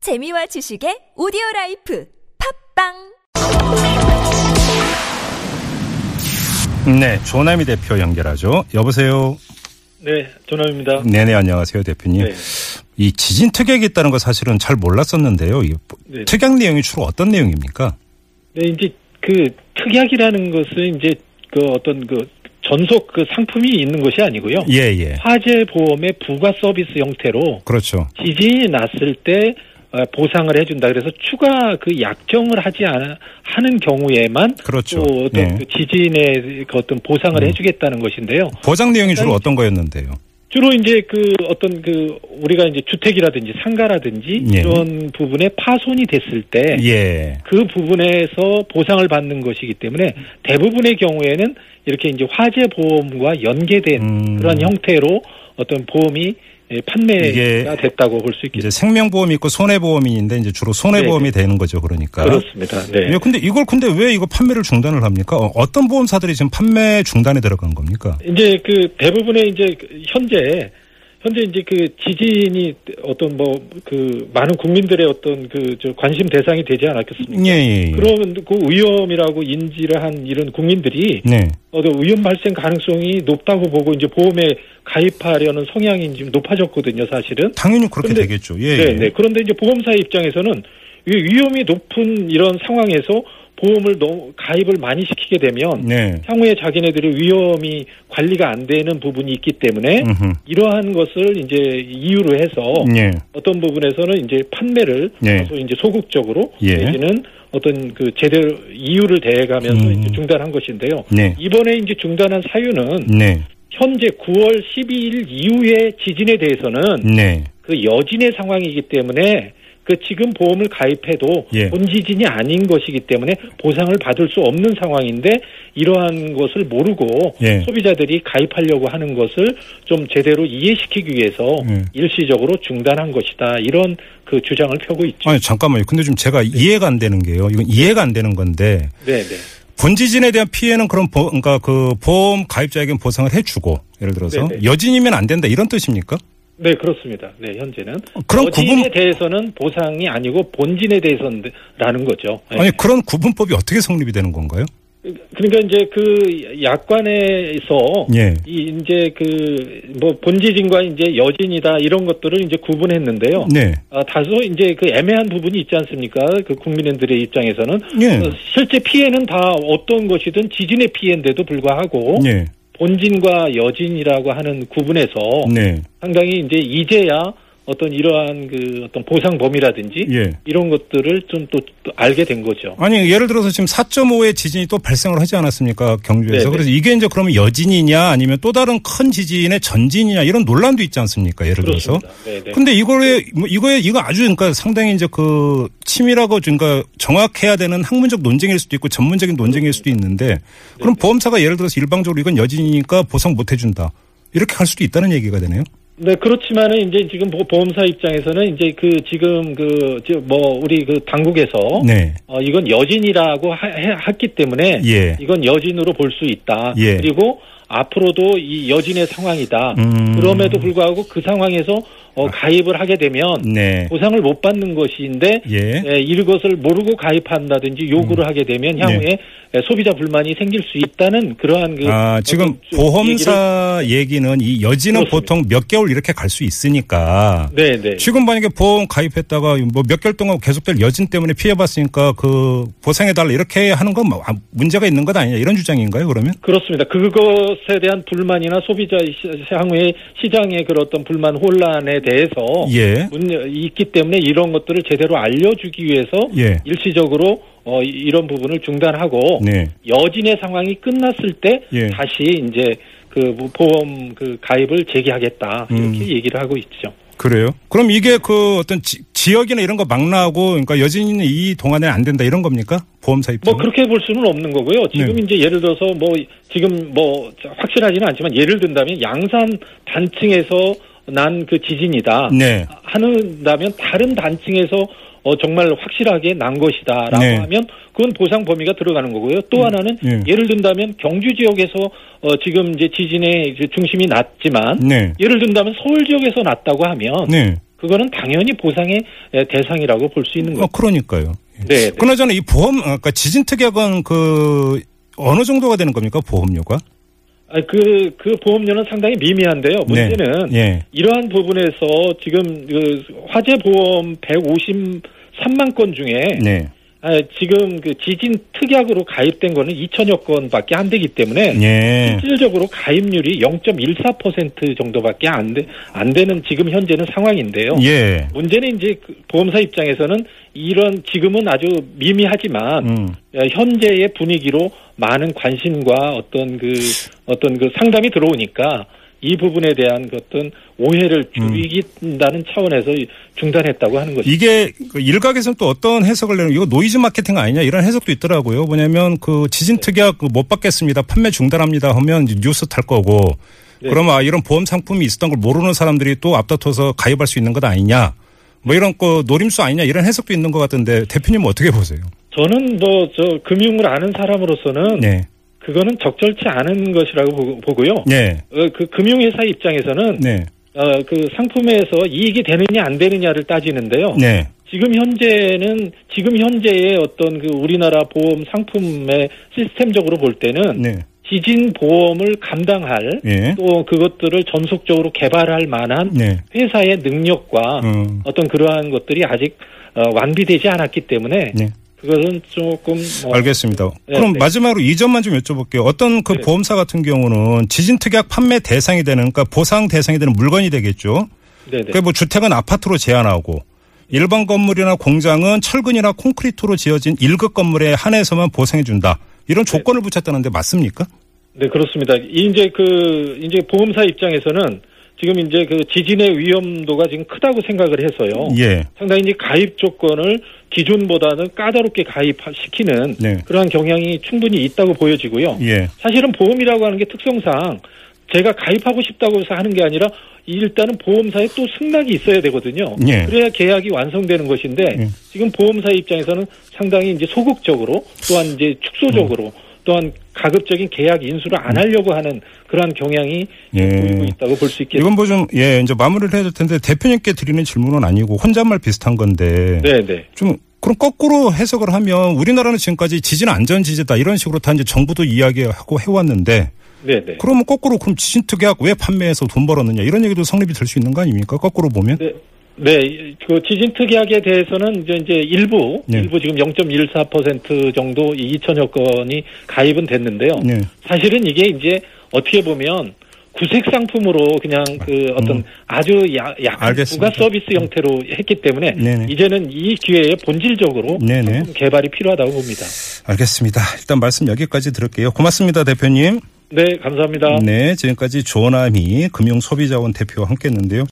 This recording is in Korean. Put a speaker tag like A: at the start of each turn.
A: 재미와 지식의 오디오 라이프 팝빵
B: 네, 조남희 대표 연결하죠. 여보세요.
C: 네, 조남입니다.
B: 네네, 안녕하세요, 대표님.
C: 네.
B: 이 지진 특약이 있다는 거 사실은 잘 몰랐었는데요. 이
C: 네.
B: 특약 내용이 주로 어떤 내용입니까?
C: 네, 이제 그 특약이라는 것은 이제 그 어떤 그 전속 그 상품이 있는 것이 아니고요.
B: 예, 예.
C: 화재 보험의 부가 서비스 형태로
B: 그렇죠.
C: 지진이 났을 때 어, 보상을 해준다. 그래서 추가 그 약정을 하지 않, 하는 경우에만
B: 그렇죠. 음.
C: 또 어떤
B: 예.
C: 그 지진의 그 어떤 보상을 해주겠다는 것인데요.
B: 보장 내용이 주로 어떤 거였는데요?
C: 주로 이제 그 어떤 그 우리가 이제 주택이라든지 상가라든지
B: 예.
C: 이런 부분에 파손이 됐을 때
B: 예.
C: 그 부분에서 보상을 받는 것이기 때문에
B: 음.
C: 대부분의 경우에는 이렇게 이제 화재 보험과 연계된
B: 음.
C: 그런 형태로 어떤 보험이 예,
B: 이게
C: 판매가 됐다고 볼 수
B: 이제
C: 있겠습니다.
B: 생명보험이 있고 손해보험인데 이제 주로 손해보험이 되는 거죠, 그러니까.
C: 네, 그렇습니다. 네.
B: 예, 근데 이걸 근데 왜 이거 판매를 중단을 합니까? 어, 어떤 보험사들이 지금 판매 중단에 들어간 겁니까?
C: 이제 그 대부분의 이제 그 현재 현재 이제 그 지진이 어떤 뭐 그 많은 국민들의 어떤 그 저 관심 대상이 되지 않았겠습니까?
B: 예, 예, 예.
C: 그러면 그 위험이라고 인지를 한 이런 국민들이
B: 네.
C: 어떤 위험 발생 가능성이 높다고 보고 이제 보험에 가입하려는 성향이 지금 높아졌거든요, 사실은.
B: 당연히 그렇게
C: 근데-
B: 되겠죠. 예,
C: 네,
B: 예.
C: 네. 그런데 이제 보험사 입장에서는 이 위험이 높은 이런 상황에서 보험을 너무 가입을 많이 시키게 되면
B: 네.
C: 향후에 자기네들이 위험이 관리가 안 되는 부분이 있기 때문에
B: 네. 음흠.
C: 이러한 것을 이제 이유로 해서
B: 예.
C: 어떤 부분에서는 이제 판매를
B: 예.
C: 다소 이제 소극적으로
B: 예.
C: 내지는 어떤 그 제대로 이유를 대해가면서
B: 음.
C: 이제 중단한 것인데요.
B: 네.
C: 이번에 이제 중단한 사유는
B: 네.
C: 현재 9월 12일 이후의 지진에 대해서는
B: 네.
C: 그 여진의 상황이기 때문에 그 지금 보험을 가입해도
B: 예.
C: 본 지진이 아닌 것이기 때문에 보상을 받을 수 없는 상황인데 이러한 것을 모르고
B: 예.
C: 소비자들이 가입하려고 하는 것을 좀 제대로 이해시키기 위해서
B: 예.
C: 일시적으로 중단한 것이다 이런 그 주장을 펴고 있죠.
B: 아니 잠깐만요. 근데 좀 제가 이해가 안 되는 게요. 이건 이해가 안 되는 건데
C: 네, 네,
B: 분지진에 대한 피해는 그럼 보, 그러니까 그 보험 가입자에겐 보상을 해주고 예를 들어서
C: 네네.
B: 여진이면 안 된다 이런 뜻입니까?
C: 네 그렇습니다. 네 현재는
B: 어, 그런
C: 여진에
B: 구분-
C: 대해서는 보상이 아니고 본진에 대해서라는 거죠. 예.
B: 아니 그런 구분법이 어떻게 성립이 되는 건가요?
C: 그러니까 이제 그 약관에서
B: 예.
C: 이 이제 그 뭐 본지진과 이제 여진이다 이런 것들을 이제 구분했는데요.
B: 네.
C: 아, 다소 이제 그 애매한 부분이 있지 않습니까? 그 국민들의 입장에서는
B: 예.
C: 어, 실제 피해는 다 어떤 것이든 지진의 피해인데도 불구하고
B: 예.
C: 본진과 여진이라고 하는 구분에서
B: 네.
C: 상당히 이제 이제야 어떤 이러한 그 어떤 보상 범위라든지
B: 예.
C: 이런 것들을 좀 또 알게 된 거죠.
B: 아니 예를 들어서 지금 4.5의 지진이 또 발생을 하지 않았습니까 경주에서
C: 네네.
B: 그래서 이게 이제 그러면 여진이냐 아니면 또 다른 큰 지진의 전진이냐 이런 논란도 있지 않습니까 예를 들어서
C: 그렇습니다. 네, 네.
B: 근데 이거에 뭐 이거에 이거 아주 그러니까 상당히 이제 그 치밀하고 그러니까 정확해야 되는 학문적 논쟁일 수도 있고 전문적인 논쟁일 수도 있는데
C: 네.
B: 그럼 보험사가 예를 들어서 일방적으로 이건 여진이니까 보상 못 해준다 이렇게 할 수도 있다는 얘기가 되네요.
C: 네, 그렇지만은 이제 지금 보- 보험사 입장에서는 이제 그 지금 그 뭐 우리 그 당국에서
B: 네,
C: 어 이건 여진이라고 하, 해- 했기 때문에
B: 예.
C: 이건 여진으로 볼 수 있다.
B: 예.
C: 그리고 앞으로도 이 여진의 상황이다.
B: 음.
C: 그럼에도 불구하고 그 상황에서 어 가입을 하게 되면
B: 네,
C: 보상을 못 받는 것인데
B: 예. 음.
C: 예, 이것을 모르고 가입한다든지 요구를 하게 되면 향후에 예, 소비자 불만이 생길 수 있다는 그러한 그
B: 아 지금
C: 어떤 좀
B: 보험사 얘기는 이 여진은
C: 그렇습니다.
B: 보통 몇 개월 이렇게 갈 수 있으니까
C: 얘기를- 네, 네.
B: 지금 만약에 보험 가입했다가 뭐 몇 개월 동안 계속될 여진 때문에 피해봤으니까 그 보상해달라 이렇게 하는 건 뭐, 아, 문제가 있는 것 아니냐 이런 주장인가요 그러면?
C: 그렇습니다. 그것에 대한 불만이나 소비자 시- 향후에 시장의 그런 어떤 불만 혼란에 대해서
B: 예.
C: 문- 있기 때문에 이런 것들을 제대로 알려주기 위해서
B: 예.
C: 일시적으로 어, 이- 이런 부분을 중단하고
B: 네.
C: 여진의 상황이 끝났을 때
B: 예.
C: 다시 이제 그 보험 그 가입을 재개하겠다
B: 음.
C: 이렇게 얘기를 하고 있죠.
B: 그래요? 그럼 이게 그 어떤 지, 역이나 이런 거 막나하고 그러니까 여진이 이 동안에 안 된다 이런 겁니까? 보험사 입장.
C: 뭐 그렇게 볼 수는 없는 거고요. 지금
B: 네.
C: 이제 예를 들어서 뭐 지금 뭐 확실하지는 않지만 예를 든다면 양산 단층에서 난 그 지진이다.
B: 네.
C: 하는다면 다른 단층에서 어, 정말 확실하게 난 것이다라고
B: 네.
C: 하면 그건 보상 범위가 들어가는 거고요. 또 하나는
B: 예.
C: 예를 든다면 경주 지역에서 어, 지금 이제 지진의 이제 중심이 났지만
B: 네.
C: 예를 든다면 서울 지역에서 났다고 하면
B: 네.
C: 그거는 당연히 보상의 에, 대상이라고 볼 수 있는
B: 어,
C: 거죠.
B: 그러니까요. 예.
C: 네, 네.
B: 그나저나 이 보험, 아까 그러니까 지진 특약은 그 어느 정도가 되는 겁니까 보험료가?
C: 아, 그, 그 보험료는 상당히 미미한데요. 문제는
B: 네. 예.
C: 이러한 부분에서 지금 그 화재 보험 153만 건 중에
B: 네.
C: 아, 지금 그 지진 특약으로 가입된 거는 2천여 건밖에 안 되기 때문에
B: 예.
C: 실질적으로 가입률이 0.14% 정도밖에 안, 돼, 안 되는 지금 현재는 상황인데요.
B: 예.
C: 문제는 이제 그 보험사 입장에서는 이런 지금은 아주 미미하지만
B: 음.
C: 어, 현재의 분위기로 많은 관심과 어떤 그 어떤 그 상담이 들어오니까 이 부분에 대한 그 어떤 오해를
B: 음.
C: 줄이긴다는 차원에서 이- 중단했다고 하는 거죠.
B: 이게 그 일각에서는 또 어떤 해석을 내는 이거 노이즈 마케팅 아니냐 이런 해석도 있더라고요. 뭐냐면 그 지진 특약 그못 받겠습니다. 판매 중단합니다 하면 이제 뉴스 탈 거고
C: 네.
B: 그러면 아 이런 보험 상품이 있었던 걸 모르는 사람들이 또 앞다퉈서 가입할 수 있는 것 아니냐 뭐 이런 거 노림수 아니냐 이런 해석도 있는 것 같은데 대표님 어떻게 보세요?
C: 저는 뭐 저 금융을 아는 사람으로서는
B: 네,
C: 그거는 적절치 않은 것이라고 보- 보고요.
B: 네,
C: 어, 그 금융회사 입장에서는
B: 네,
C: 어, 그 상품에서 이익이 되느냐 안 되느냐를 따지는데요.
B: 네,
C: 지금 현재는 지금 현재의 어떤 그 우리나라 보험 상품의 시스템적으로 볼 때는
B: 네,
C: 지진 보험을 감당할
B: 예,
C: 또 그것들을 전속적으로 개발할 만한
B: 네,
C: 회사의 능력과
B: 음,
C: 어떤 그러한 것들이 아직 어, 완비되지 않았기 때문에
B: 네.
C: 그것은 조금 뭐
B: 알겠습니다.
C: 네,
B: 그럼
C: 네.
B: 마지막으로 이 점만 좀 여쭤볼게요. 어떤 그
C: 네.
B: 보험사 같은 경우는 지진 특약 판매 대상이 되는, 그러니까 보상 대상이 되는 물건이 되겠죠.
C: 네네.
B: 그게 뭐 주택은 아파트로 제한하고 일반 건물이나 공장은 철근이나 콘크리트로 지어진 일급 건물에 한해서만 보상해 준다. 이런 조건을 붙였다는데 맞습니까?
C: 네, 그렇습니다. 이제 그, 이제 보험사 입장에서는 지금 이제 그 지진의 위험도가 지금 크다고 생각을 해서요.
B: 예.
C: 상당히 이제 가입 조건을 기준보다는 까다롭게 가입시키는
B: 네.
C: 그러한 경향이 충분히 있다고 보여지고요.
B: 예.
C: 사실은 보험이라고 하는 게 특성상 제가 가입하고 싶다고 해서 하는 게 아니라 일단은 보험사에 또 승낙이 있어야 되거든요.
B: 예.
C: 그래야 계약이 완성되는 것인데
B: 예.
C: 지금 보험사 입장에서는 상당히 이제 소극적으로 또한 이제
B: 음.
C: 축소적으로 또한 가급적인 계약 인수를 안 하려고 하는 그러한 경향이
B: 예.
C: 보이고 있다고 볼 수 있겠네요.
B: 이건 뭐 좀, 예, 이제 마무리를 해야 될 텐데 대표님께 드리는 질문은 아니고 혼잣말 비슷한 건데.
C: 네, 네.
B: 좀 그럼 거꾸로 해석을 하면 우리나라는 지금까지 지진 안전 지대다 이런 식으로 다 이제 정부도 이야기하고 해왔는데
C: 네, 네.
B: 그러면 거꾸로 그럼 지진 특약 왜 판매해서 돈 벌었느냐 이런 얘기도 성립이 될 수 있는 거 아닙니까? 거꾸로 보면
C: 네. 네, 그 지진 특약에 대해서는 이제 이제 일부
B: 네.
C: 일부 지금 0.14% 정도 이 2천여 건이 가입은 됐는데요.
B: 네.
C: 사실은 이게 이제 어떻게 보면 구색 상품으로 그냥 그 어떤 아주 야,
B: 음.
C: 약한
B: 알겠습니다.
C: 부가 서비스 형태로 했기 때문에
B: 네네.
C: 이제는 이 기회에 본질적으로
B: 네네.
C: 상품 개발이 필요하다고 봅니다.
B: 알겠습니다. 일단 말씀 여기까지 들을게요. 고맙습니다, 대표님.
C: 네, 감사합니다.
B: 네, 지금까지 조남이 금융소비자원 대표와 함께했는데요.